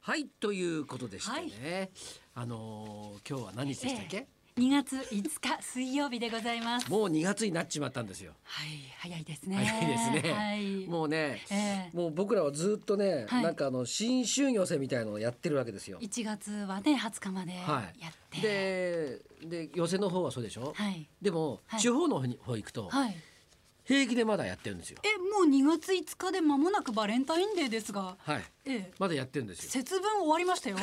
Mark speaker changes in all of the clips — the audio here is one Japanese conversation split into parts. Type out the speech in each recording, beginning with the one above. Speaker 1: はいということでしてね、
Speaker 2: はい
Speaker 1: あのー今日は何日でしたっけ、
Speaker 2: ええ2月5日水曜日でございます。
Speaker 1: もう2月になっちまったんですよ
Speaker 2: はい、早いですね。
Speaker 1: 早いですね、
Speaker 2: はい、
Speaker 1: もうね、
Speaker 2: ええ
Speaker 1: もう僕らはずっとね、
Speaker 2: はい
Speaker 1: なんかあの新春寄せみたいのをやってるわけですよ
Speaker 2: 1月はね20日までや
Speaker 1: は
Speaker 2: って、
Speaker 1: いでで寄せの方はそうでしょ、
Speaker 2: はい
Speaker 1: でも、
Speaker 2: はい
Speaker 1: 地方の方に方行くと、
Speaker 2: はい
Speaker 1: 平気でまだやってるんですよ
Speaker 2: えもう2月5日で間もなくバレンタインデーですが、
Speaker 1: はい
Speaker 2: ええ、
Speaker 1: まだやってるんですよ
Speaker 2: 節分終わりま したよ。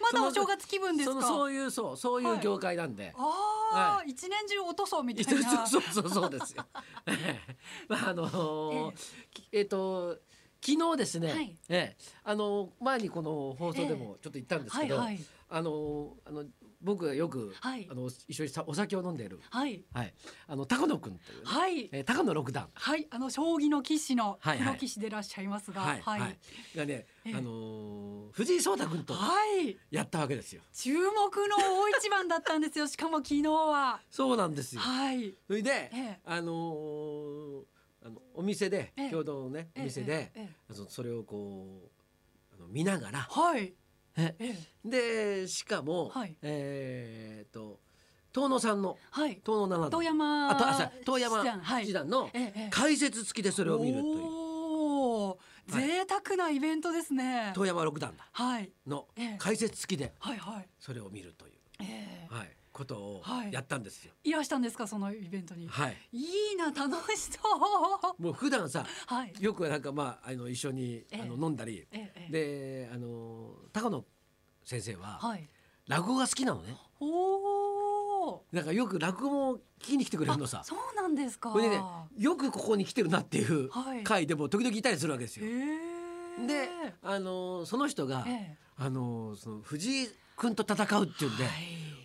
Speaker 2: まだお正月気分です
Speaker 1: そ
Speaker 2: か。
Speaker 1: のそういうそうそういう業界なんで、
Speaker 2: ああ、
Speaker 1: は
Speaker 2: 一年中落とそうみたい
Speaker 1: そう
Speaker 2: な。
Speaker 1: そうそうそうですよ。 まああのーきえっ、と昨日ですね、
Speaker 2: はい
Speaker 1: ええあのー前にこの放送でもちょっと言ったんですけど、
Speaker 2: はいはい
Speaker 1: あのーあの僕がよく、
Speaker 2: はい
Speaker 1: あの一緒にさお酒を飲んでいる、
Speaker 2: はい
Speaker 1: はい、あの高野君というね、
Speaker 2: はい
Speaker 1: えー高野六段、
Speaker 2: はいあの将棋の棋士の
Speaker 1: はい
Speaker 2: プ
Speaker 1: はい
Speaker 2: ロ棋士でいらっしゃいますが、
Speaker 1: はいはいがね、
Speaker 2: ええ
Speaker 1: あのー藤井聡太君と
Speaker 2: はい
Speaker 1: やったわけですよ。
Speaker 2: 注目の大一番だったんですよ。しかも昨日 は。
Speaker 1: そうなんですよ。
Speaker 2: はい。
Speaker 1: それで、
Speaker 2: え
Speaker 1: あのーあのお店で、
Speaker 2: ええ
Speaker 1: 共同のね、お店で。
Speaker 2: ええええ
Speaker 1: あのそれをこうあの見ながら
Speaker 2: はい。
Speaker 1: え
Speaker 2: ええ
Speaker 1: でしかも、
Speaker 2: はい
Speaker 1: えー、と遠野さんの
Speaker 2: はい。
Speaker 1: 遠野七
Speaker 2: 遠
Speaker 1: 段
Speaker 2: 山
Speaker 1: あとあそう遠山
Speaker 2: 七段はい
Speaker 1: 七段の
Speaker 2: ええええ
Speaker 1: 解説付きでそれを見るという
Speaker 2: おお、
Speaker 1: はい
Speaker 2: 贅沢なイベントですね。
Speaker 1: 遠山六段だ
Speaker 2: はい。
Speaker 1: の
Speaker 2: ええ
Speaker 1: 解説付きで
Speaker 2: はいはい。
Speaker 1: それを見るという、
Speaker 2: ええ
Speaker 1: はい、ことを
Speaker 2: はい
Speaker 1: やったんですよ。
Speaker 2: いらしたんですかそのイベントに。
Speaker 1: はい、
Speaker 2: いいな楽しそう。
Speaker 1: もう普段さ
Speaker 2: はい。
Speaker 1: よくなんかまああの一緒にあ
Speaker 2: ええ
Speaker 1: の飲んだり、
Speaker 2: ええええ
Speaker 1: であの高野先生は
Speaker 2: はい。
Speaker 1: 落語が好きなのね。
Speaker 2: おお。
Speaker 1: なんかよく落語を聞きに来てくれるのさ
Speaker 2: あ。そうなんですか。
Speaker 1: これねよくここに来てるなっていう
Speaker 2: はい
Speaker 1: 回でも時々いたりするわけです
Speaker 2: え
Speaker 1: よ。で、あのーその人が、
Speaker 2: ええ
Speaker 1: あのーその藤井君と戦うっていうんで、
Speaker 2: はい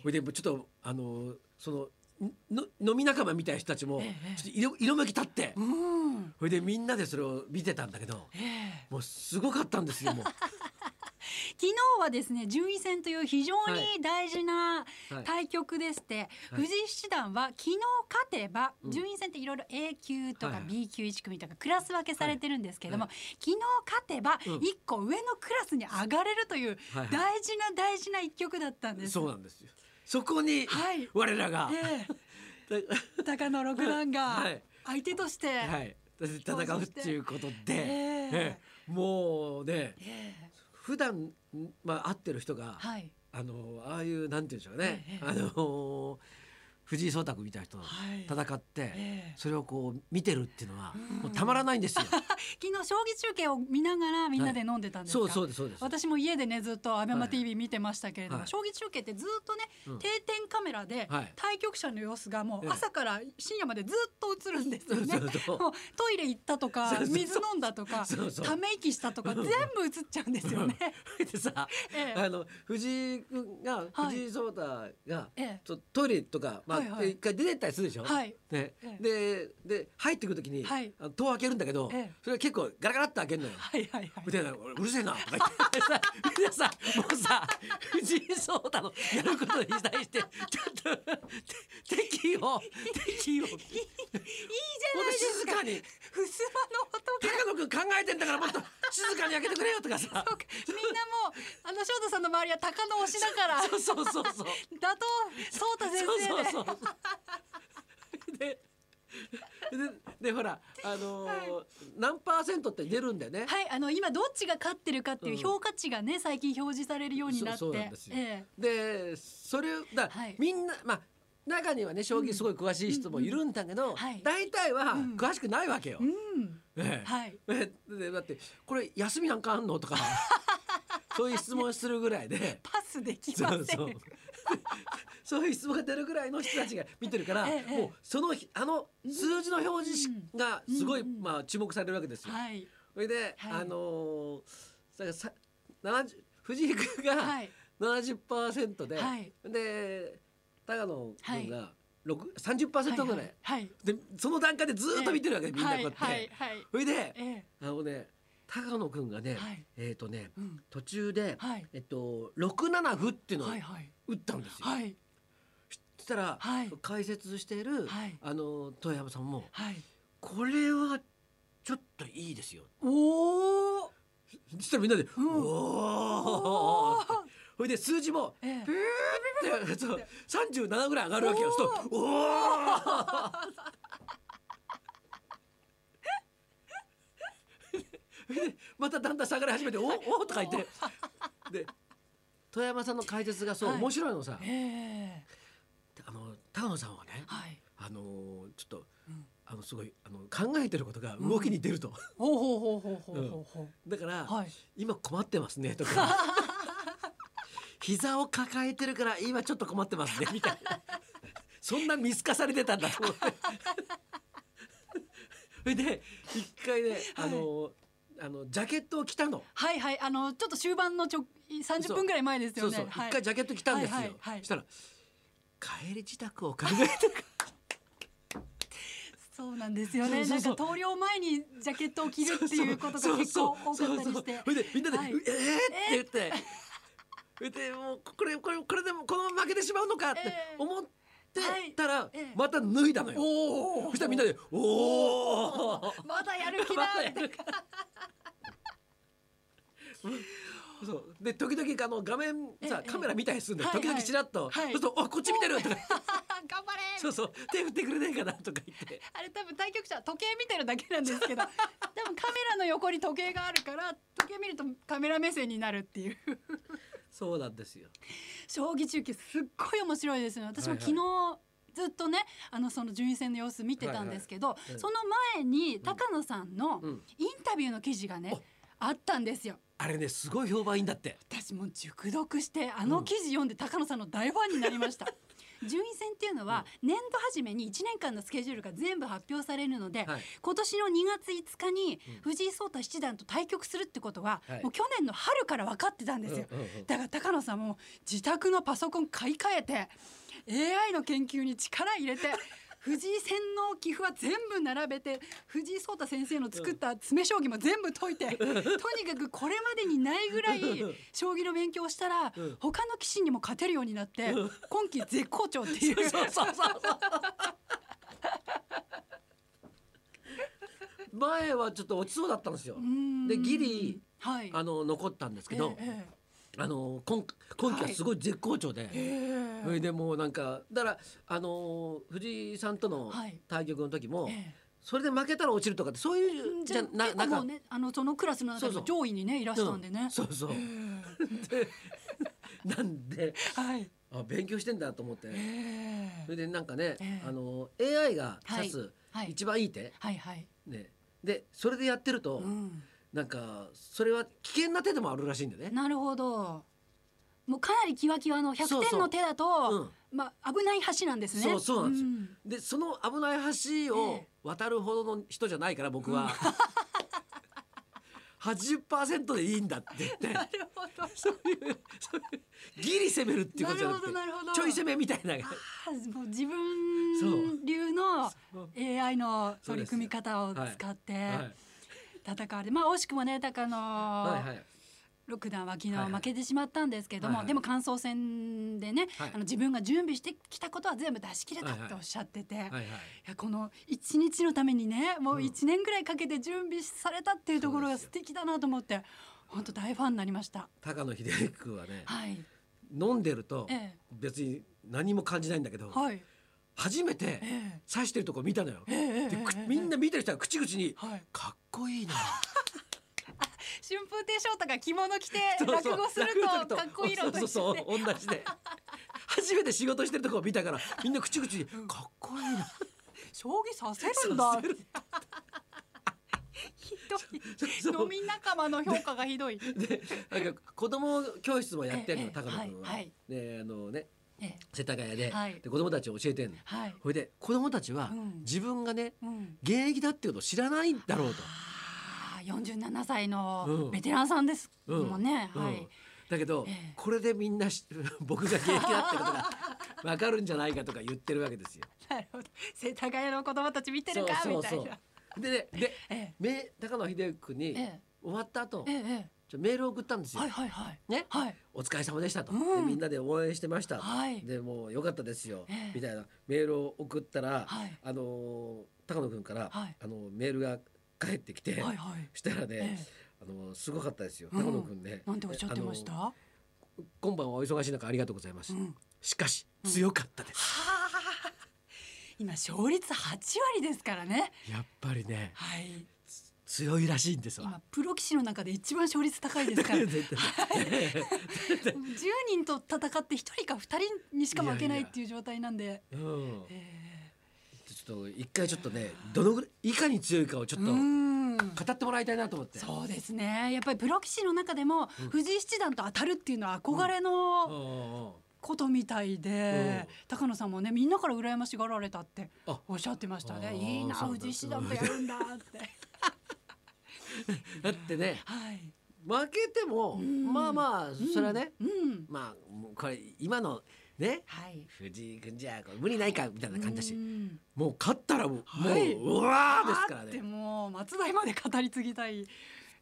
Speaker 1: それでちょっとあのーそのの飲み仲間みたいな人たちも
Speaker 2: ええ
Speaker 1: ちょっと色色めき立って、
Speaker 2: うん。
Speaker 1: それでみんなでそれを見てたんだけど。
Speaker 2: ええ
Speaker 1: もうすごかったんですよ。も う
Speaker 2: 昨日はですね順位戦という非常に大事な
Speaker 1: はい
Speaker 2: 対局でして、
Speaker 1: はい
Speaker 2: 藤井七段は昨日勝てば、
Speaker 1: うん
Speaker 2: 順位戦っていろいろ A 級と
Speaker 1: はい
Speaker 2: か
Speaker 1: はい
Speaker 2: B 級1組とかクラス分けされてるんですけれども、
Speaker 1: は
Speaker 2: 昨日勝てば
Speaker 1: うん
Speaker 2: 1個上のクラスに上がれるという
Speaker 1: はいはい
Speaker 2: 大事な大事な一局だったんです。
Speaker 1: そうなんですよ。そこに
Speaker 2: はい
Speaker 1: 我らが、
Speaker 2: ええ高野六段が
Speaker 1: はい
Speaker 2: 相手として、
Speaker 1: はい、戦うっていうことで、
Speaker 2: ええ
Speaker 1: ええもうね
Speaker 2: ええ
Speaker 1: 普段まあ会ってる人が、
Speaker 2: はい
Speaker 1: あのああいうなんて言うんでしょうね、
Speaker 2: ええ
Speaker 1: あの藤井聡太君みたいな人と
Speaker 2: はい
Speaker 1: 戦って、
Speaker 2: ええ
Speaker 1: それをこう見てるっていうのは、
Speaker 2: ん
Speaker 1: もうたまらないんですよ。
Speaker 2: 昨日将棋中継を見ながらみんなで飲んでたんです
Speaker 1: そ
Speaker 2: か、
Speaker 1: うそうですそうです。
Speaker 2: 私も家でねずっとアベ
Speaker 1: は
Speaker 2: マ
Speaker 1: い
Speaker 2: TV 見てましたけれども、
Speaker 1: はい
Speaker 2: 将棋中継ってずっとね、
Speaker 1: うん
Speaker 2: 定点カメラで
Speaker 1: はい
Speaker 2: 対局者の様子がも
Speaker 1: え
Speaker 2: う
Speaker 1: え
Speaker 2: 朝から深夜までずっと映るんですよ
Speaker 1: そ
Speaker 2: ね
Speaker 1: う。そう
Speaker 2: もうトイレ行ったとか
Speaker 1: そうそうそう
Speaker 2: 水飲んだとか
Speaker 1: そうそう
Speaker 2: ため息したとか全部映っちゃうんですよね。
Speaker 1: でさ、
Speaker 2: ええ
Speaker 1: あの藤井君が、
Speaker 2: はい
Speaker 1: 藤井聡太が、
Speaker 2: ええ
Speaker 1: ちょトイレとか、まあ
Speaker 2: はいはい
Speaker 1: で一回出てったりするでしょ。
Speaker 2: はい
Speaker 1: ね
Speaker 2: え
Speaker 1: でで入ってくるときに、
Speaker 2: はい
Speaker 1: あの戸を開けるんだけど、
Speaker 2: ええ
Speaker 1: それは結構ガラガラっと開けるのよ。
Speaker 2: はいはいはい
Speaker 1: み。たいな俺うるせえなとか言ってさみんなさもうさ藤井聡太のやることに対してちょっとて敵を敵を
Speaker 2: いいじゃないです
Speaker 1: 静
Speaker 2: か。
Speaker 1: かに
Speaker 2: ふすまの
Speaker 1: 高
Speaker 2: 音
Speaker 1: 野君考えてんだからもっと静かに開けてくれよとかさ
Speaker 2: とかみんなもうあの翔太さんの周りは鷹の推しだから
Speaker 1: そうそうそうそう
Speaker 2: だとそう太先
Speaker 1: そう
Speaker 2: 生で。
Speaker 1: そうそうでででほらあのー何パーセントって出るんだよね、
Speaker 2: はい、あの今どっちが勝ってるかっていううん評価値がね、最近表示されるようになって、
Speaker 1: そうそうなんですよ
Speaker 2: ええ
Speaker 1: でそれをだ、
Speaker 2: はい
Speaker 1: みんなまあ中にはね将棋すごい詳しい人もいるんだけど、
Speaker 2: んはい
Speaker 1: 大体は
Speaker 2: うん
Speaker 1: 詳しくないわけよ。
Speaker 2: うん、
Speaker 1: ええ
Speaker 2: はい。
Speaker 1: ええでだってこれ休みなんかあんの とかそういう質問するぐらいで。
Speaker 2: パスできま
Speaker 1: そ
Speaker 2: せん。
Speaker 1: う そうそういう質問が出るぐらいの人たちが見てるから、
Speaker 2: ええ
Speaker 1: もうその日あの数字の表示しがすごい、
Speaker 2: うんうん
Speaker 1: まあ、注目されるわけですよ。
Speaker 2: はい、
Speaker 1: それで、
Speaker 2: はい
Speaker 1: あのーだからさ70藤井君が、
Speaker 2: はい、
Speaker 1: 70%で、
Speaker 2: はい
Speaker 1: で高野君
Speaker 2: は
Speaker 1: が六30%ぐらい、
Speaker 2: はい、
Speaker 1: でその段階でずーっと見てるわけ、みんなこうやって、
Speaker 2: はい、はい、はい
Speaker 1: それで
Speaker 2: ええ、
Speaker 1: あのね高野君がね、
Speaker 2: はい
Speaker 1: えっ、とね
Speaker 2: うん、
Speaker 1: 途中で、
Speaker 2: はい、
Speaker 1: えっと、6七歩っていうのを
Speaker 2: はい、はい、
Speaker 1: 打ったんですよ。
Speaker 2: はい、
Speaker 1: そしたら、
Speaker 2: はい
Speaker 1: 解説している、
Speaker 2: はい
Speaker 1: あの遠山さんも
Speaker 2: はい、
Speaker 1: 「これはちょっといいですよ
Speaker 2: おお、」
Speaker 1: そしたらみんなで「
Speaker 2: ん
Speaker 1: お お!」ほいで数字も
Speaker 2: ええ
Speaker 1: ピューってそう37ぐらい上がるわけよ。そうするとおおでまただんだん下がり始めて「おお!」とか言ってで富山さんの解説がそう、
Speaker 2: はい
Speaker 1: 面白いのさ
Speaker 2: ええ
Speaker 1: あの高野さんはね、
Speaker 2: はい。
Speaker 1: あのーちょっと、
Speaker 2: うん
Speaker 1: あのすごいあの考えてることが動きに出ると、
Speaker 2: ほうほうほうほうほうほうほ
Speaker 1: だから、
Speaker 2: う。はい。
Speaker 1: 今困ってますねとか膝を抱えてるから今ちょっと困ってますねみたいなそんな見透かされてたんだと思ってそれで一回ねあのー、あのジャケットを着たの。
Speaker 2: はいはいあのちょっと終盤のちょ三十分ぐらい前です
Speaker 1: そ
Speaker 2: よ
Speaker 1: う
Speaker 2: ね。
Speaker 1: そう、
Speaker 2: はい
Speaker 1: 一回ジャケット着たんですよ。
Speaker 2: はいはいはい
Speaker 1: したら帰り自宅を考えて
Speaker 2: そうなんですよね。
Speaker 1: そうそうそう
Speaker 2: なんか投了前にジャケットを着るっていうことが結構多かったりして。
Speaker 1: それでみんなで「
Speaker 2: はいう
Speaker 1: えー!」って言って。それでもうこれこれこれでもこのまま負けてしまうのかって
Speaker 2: えー
Speaker 1: 思って
Speaker 2: はい
Speaker 1: たら
Speaker 2: えー
Speaker 1: また脱いだのよ。
Speaker 2: おお。
Speaker 1: そしたらみんなで「おお!」
Speaker 2: まだやる気
Speaker 1: ま。
Speaker 2: だ
Speaker 1: だやる そうで時々あの画面さ
Speaker 2: ええ
Speaker 1: カメラ見たりするんだよ
Speaker 2: はい
Speaker 1: 時々ちらっと、
Speaker 2: はい
Speaker 1: そうすると「あこっち見てる!」とか
Speaker 2: 頑張れ
Speaker 1: 「そうそう手振ってくれないかな」とか言って
Speaker 2: あれ多分対局者は時計見てるだけなんですけど多分カメラの横に時計があるから時計見るとカメラ目線になるっていう
Speaker 1: そうなんですよ。
Speaker 2: 将棋中継すっごい面白いですよね私も
Speaker 1: はいはい
Speaker 2: 昨日、ずっとねあのその順位戦の様子見てたんですけど、
Speaker 1: いはい
Speaker 2: その前に高野さんの
Speaker 1: うん、
Speaker 2: インタビューの記事がね、あったんですよ
Speaker 1: あれねすごい評判いいんだって。
Speaker 2: 私もう熟読してあの記事読んで高野さんの大ファンになりました。 順位戦っていうのは年度初めに1年間のスケジュールが全部発表されるので、
Speaker 1: はい
Speaker 2: 今年の2月5日に藤井聡太七段と対局するってことは、
Speaker 1: はい
Speaker 2: もう去年の春から分かってたんですよ。
Speaker 1: うんうんうん
Speaker 2: だから高野さんも自宅のパソコン買い替えて AI の研究に力入れて 藤井戦の棋譜は全部並べて藤井聡太先生の作った詰め将棋も全部解いてとにかくこれまでにないぐらい将棋の勉強をしたら
Speaker 1: うん
Speaker 2: 他の棋士にも勝てるようになって
Speaker 1: うん
Speaker 2: 今季絶好調っていう
Speaker 1: そうそうそうそう。 前はちょっと落ちそうだったんですよ
Speaker 2: う。ん
Speaker 1: でギリ
Speaker 2: はい
Speaker 1: あの残ったんですけど、
Speaker 2: ええ
Speaker 1: あの今今期はすごい絶好調で、
Speaker 2: ええ
Speaker 1: それでもうなんかだからあの藤井さんとの
Speaker 2: はい
Speaker 1: 対局の時も、
Speaker 2: ええ
Speaker 1: それで負けたら落ちるとかってそういう
Speaker 2: じゃあ
Speaker 1: な
Speaker 2: 結構もうねあのそのクラスの中でも上位にねいらしたんで
Speaker 1: う
Speaker 2: ね
Speaker 1: ん。そうそう
Speaker 2: え。え
Speaker 1: でなんで
Speaker 2: はい。
Speaker 1: あ勉強してんだと思って、
Speaker 2: ええ
Speaker 1: それでなんかね、
Speaker 2: ええ
Speaker 1: あの AI が指す
Speaker 2: はい。
Speaker 1: 一番いい手、
Speaker 2: はいはい。
Speaker 1: ね、でそれでやってると、
Speaker 2: うん。
Speaker 1: なんかそれは危険な手でもあるらしいんだよね。
Speaker 2: なるほど。もうかなりキワキワの
Speaker 1: そう
Speaker 2: 100
Speaker 1: そう
Speaker 2: 点の手だと
Speaker 1: うん
Speaker 2: まあ危ない橋なんですね。
Speaker 1: そうそうなんですよ
Speaker 2: ん
Speaker 1: でその危ない橋
Speaker 2: え
Speaker 1: を
Speaker 2: え
Speaker 1: 渡るほどの人じゃないから僕 は、80%でいいんだって言って
Speaker 2: なるほど。
Speaker 1: ギリ攻めるっていうことじゃなくて
Speaker 2: なるほどなるほど
Speaker 1: ちょい攻めみたいな。
Speaker 2: あーもう自
Speaker 1: そう
Speaker 2: 分流の
Speaker 1: そう
Speaker 2: AI の
Speaker 1: そう
Speaker 2: 取
Speaker 1: で
Speaker 2: り
Speaker 1: すよ
Speaker 2: 組み方を使って
Speaker 1: はい
Speaker 2: 戦われ、まあ惜しくもね高
Speaker 1: はい
Speaker 2: 野
Speaker 1: はい
Speaker 2: 六段は昨日
Speaker 1: はいはい
Speaker 2: 負けてしまったんですけど
Speaker 1: はい
Speaker 2: も、
Speaker 1: はい
Speaker 2: でも感想戦でね、
Speaker 1: はい
Speaker 2: あの自分が準備してきたことは全部出し切れたっ
Speaker 1: はい
Speaker 2: て
Speaker 1: はい
Speaker 2: おっしゃってて、
Speaker 1: はいはい
Speaker 2: いやこの一日のためにねも
Speaker 1: う
Speaker 2: うん一年ぐらいかけて準備されたっていうところが
Speaker 1: そう
Speaker 2: 素敵だなと思って本当大ファンになりました
Speaker 1: 高野秀君はね
Speaker 2: はい
Speaker 1: 飲んでると
Speaker 2: ええ
Speaker 1: 別に何も感じないんだけど、
Speaker 2: はい
Speaker 1: 初めて
Speaker 2: ええ
Speaker 1: 刺してるとこ見たのよ。
Speaker 2: ええええ
Speaker 1: でく
Speaker 2: ええ
Speaker 1: みんな見てる人は口々に
Speaker 2: はい
Speaker 1: 「かっこいいな」
Speaker 2: 春風亭昇太が着物着て
Speaker 1: そうそう
Speaker 2: 落語する
Speaker 1: 落
Speaker 2: と
Speaker 1: 語
Speaker 2: かっこいいのと一緒で
Speaker 1: そうそうそう同じで初めて仕事してるとこを見たからみんな口々に「かっこいいな
Speaker 2: 将棋させるんだ
Speaker 1: させる
Speaker 2: ひどい」
Speaker 1: そう
Speaker 2: 飲み仲間の評価がひどい
Speaker 1: でなんか子供教室もやってるの
Speaker 2: ええ
Speaker 1: 高野君は。
Speaker 2: はいはい
Speaker 1: であのね
Speaker 2: ええ
Speaker 1: 世田谷で,、
Speaker 2: はい
Speaker 1: で子供たちに教えてんの。
Speaker 2: はい
Speaker 1: ほいで子供たちは
Speaker 2: うん
Speaker 1: 自分がね、
Speaker 2: うん
Speaker 1: 現役だっていうことを知らないんだろうと。
Speaker 2: あー47歳
Speaker 1: うん
Speaker 2: のベテランさんです
Speaker 1: うん
Speaker 2: もんね は
Speaker 1: うん
Speaker 2: い
Speaker 1: だけど、
Speaker 2: ええ
Speaker 1: これでみんなし 僕が現役だってこと が分かるんじゃないかとか言ってるわけですよ。
Speaker 2: なるほど世田谷の子供たち見てるかみたいな
Speaker 1: う。でねで
Speaker 2: え
Speaker 1: め高野秀夫君に
Speaker 2: ええ
Speaker 1: 終わった後、
Speaker 2: ええ
Speaker 1: ちょメールを送ったんですよ。
Speaker 2: えはいはいはい
Speaker 1: ね、
Speaker 2: はい
Speaker 1: お疲れ様でしたと、
Speaker 2: う
Speaker 1: で
Speaker 2: ん
Speaker 1: みんなで応援してました、
Speaker 2: はい
Speaker 1: でもう良かったですよ、
Speaker 2: ええ
Speaker 1: みたいなメールを送ったら、
Speaker 2: はい
Speaker 1: あのー高野君から、
Speaker 2: はい
Speaker 1: あのーメールが返ってきて、
Speaker 2: はいはい
Speaker 1: したらね、
Speaker 2: ええ
Speaker 1: ああのすごかったですよ
Speaker 2: うん
Speaker 1: 高野くんね、
Speaker 2: なんておっしゃってまし
Speaker 1: あの
Speaker 2: た。
Speaker 1: 今晩はお忙しい中ありがとうございます、
Speaker 2: うん
Speaker 1: しかし強かったです、
Speaker 2: はあ。今勝率八割ですからね。
Speaker 1: やっぱりね
Speaker 2: はい。
Speaker 1: 強いらしいんですわ
Speaker 2: 今プロ棋士の中で一番勝率高いですから。 十
Speaker 1: 絶対
Speaker 2: 人と戦って一人か二人にしか負けないっていう状態なんで。
Speaker 1: うん
Speaker 2: え
Speaker 1: ちょっと一回ちょっとねどのぐらいいかに強いかをち
Speaker 2: え
Speaker 1: ょっと
Speaker 2: うん。
Speaker 1: 語ってもらいたいなと思って、
Speaker 2: そうですね。やっぱりプロ棋士の中でも
Speaker 1: うん
Speaker 2: 藤井七段と当たるっていうのは憧れの。
Speaker 1: うんうんうん
Speaker 2: ことみたいで、高野さんもねみんなから羨ましがられたって
Speaker 1: あ
Speaker 2: おっしゃってました
Speaker 1: あ
Speaker 2: ね
Speaker 1: ー
Speaker 2: いいな
Speaker 1: そうなんだ
Speaker 2: 藤井七段とやるんだって
Speaker 1: だってね
Speaker 2: はい
Speaker 1: 負けても、
Speaker 2: ん
Speaker 1: まあまあそれはね、
Speaker 2: うん
Speaker 1: まあもうこれ今のね
Speaker 2: はい
Speaker 1: 藤井君じゃこれ無理ないかみたいな感じだし、
Speaker 2: うん
Speaker 1: もう勝ったらもう,、
Speaker 2: はい
Speaker 1: もううわーですから
Speaker 2: あーって
Speaker 1: ね
Speaker 2: もう松代まで語り継ぎたい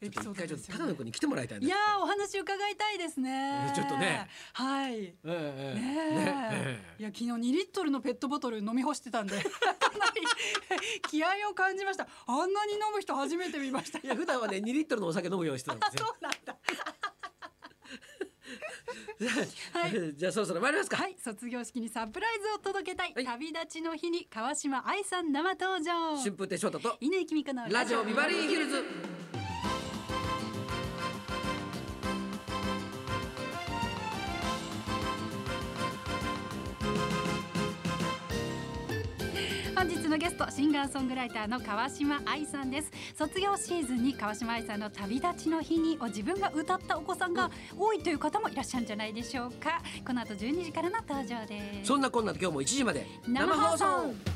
Speaker 2: エピ
Speaker 1: ち
Speaker 2: ソ
Speaker 1: ょ
Speaker 2: ー
Speaker 1: っと一回ちょ
Speaker 2: ドで
Speaker 1: っ
Speaker 2: す
Speaker 1: と
Speaker 2: よ
Speaker 1: 高野
Speaker 2: ね
Speaker 1: 君に来てもらいたい
Speaker 2: いやー
Speaker 1: ー
Speaker 2: お話伺いたいですね
Speaker 1: ちょっとね
Speaker 2: はいね
Speaker 1: ええええ
Speaker 2: え
Speaker 1: え
Speaker 2: いや昨日2リットルのペットボトル飲み干してたんで かなり気合を感じましたあんなに飲む人初めて見ました
Speaker 1: えいや普段はね2リットルのお酒飲むようにしてたんです
Speaker 2: そ
Speaker 1: よ
Speaker 2: うなんだは
Speaker 1: じゃあそろそろ参りますか、
Speaker 2: はい卒業式にサプライズを届けたい、
Speaker 1: はい
Speaker 2: 旅立ちの日に川島愛さん生登場
Speaker 1: 春風亭昇太と
Speaker 2: 稲井君香の
Speaker 1: ラジオビバリーヒルズ
Speaker 2: 本日のゲストシンガーソングライターの川島愛さんです卒業シーズンに川島愛さんの旅立ちの日にを自分が歌ったお子さんが多いという方もいらっしゃるんじゃないでしょうかこの後12時からの登場です
Speaker 1: そんなこんなで今日も1時まで
Speaker 2: 生放送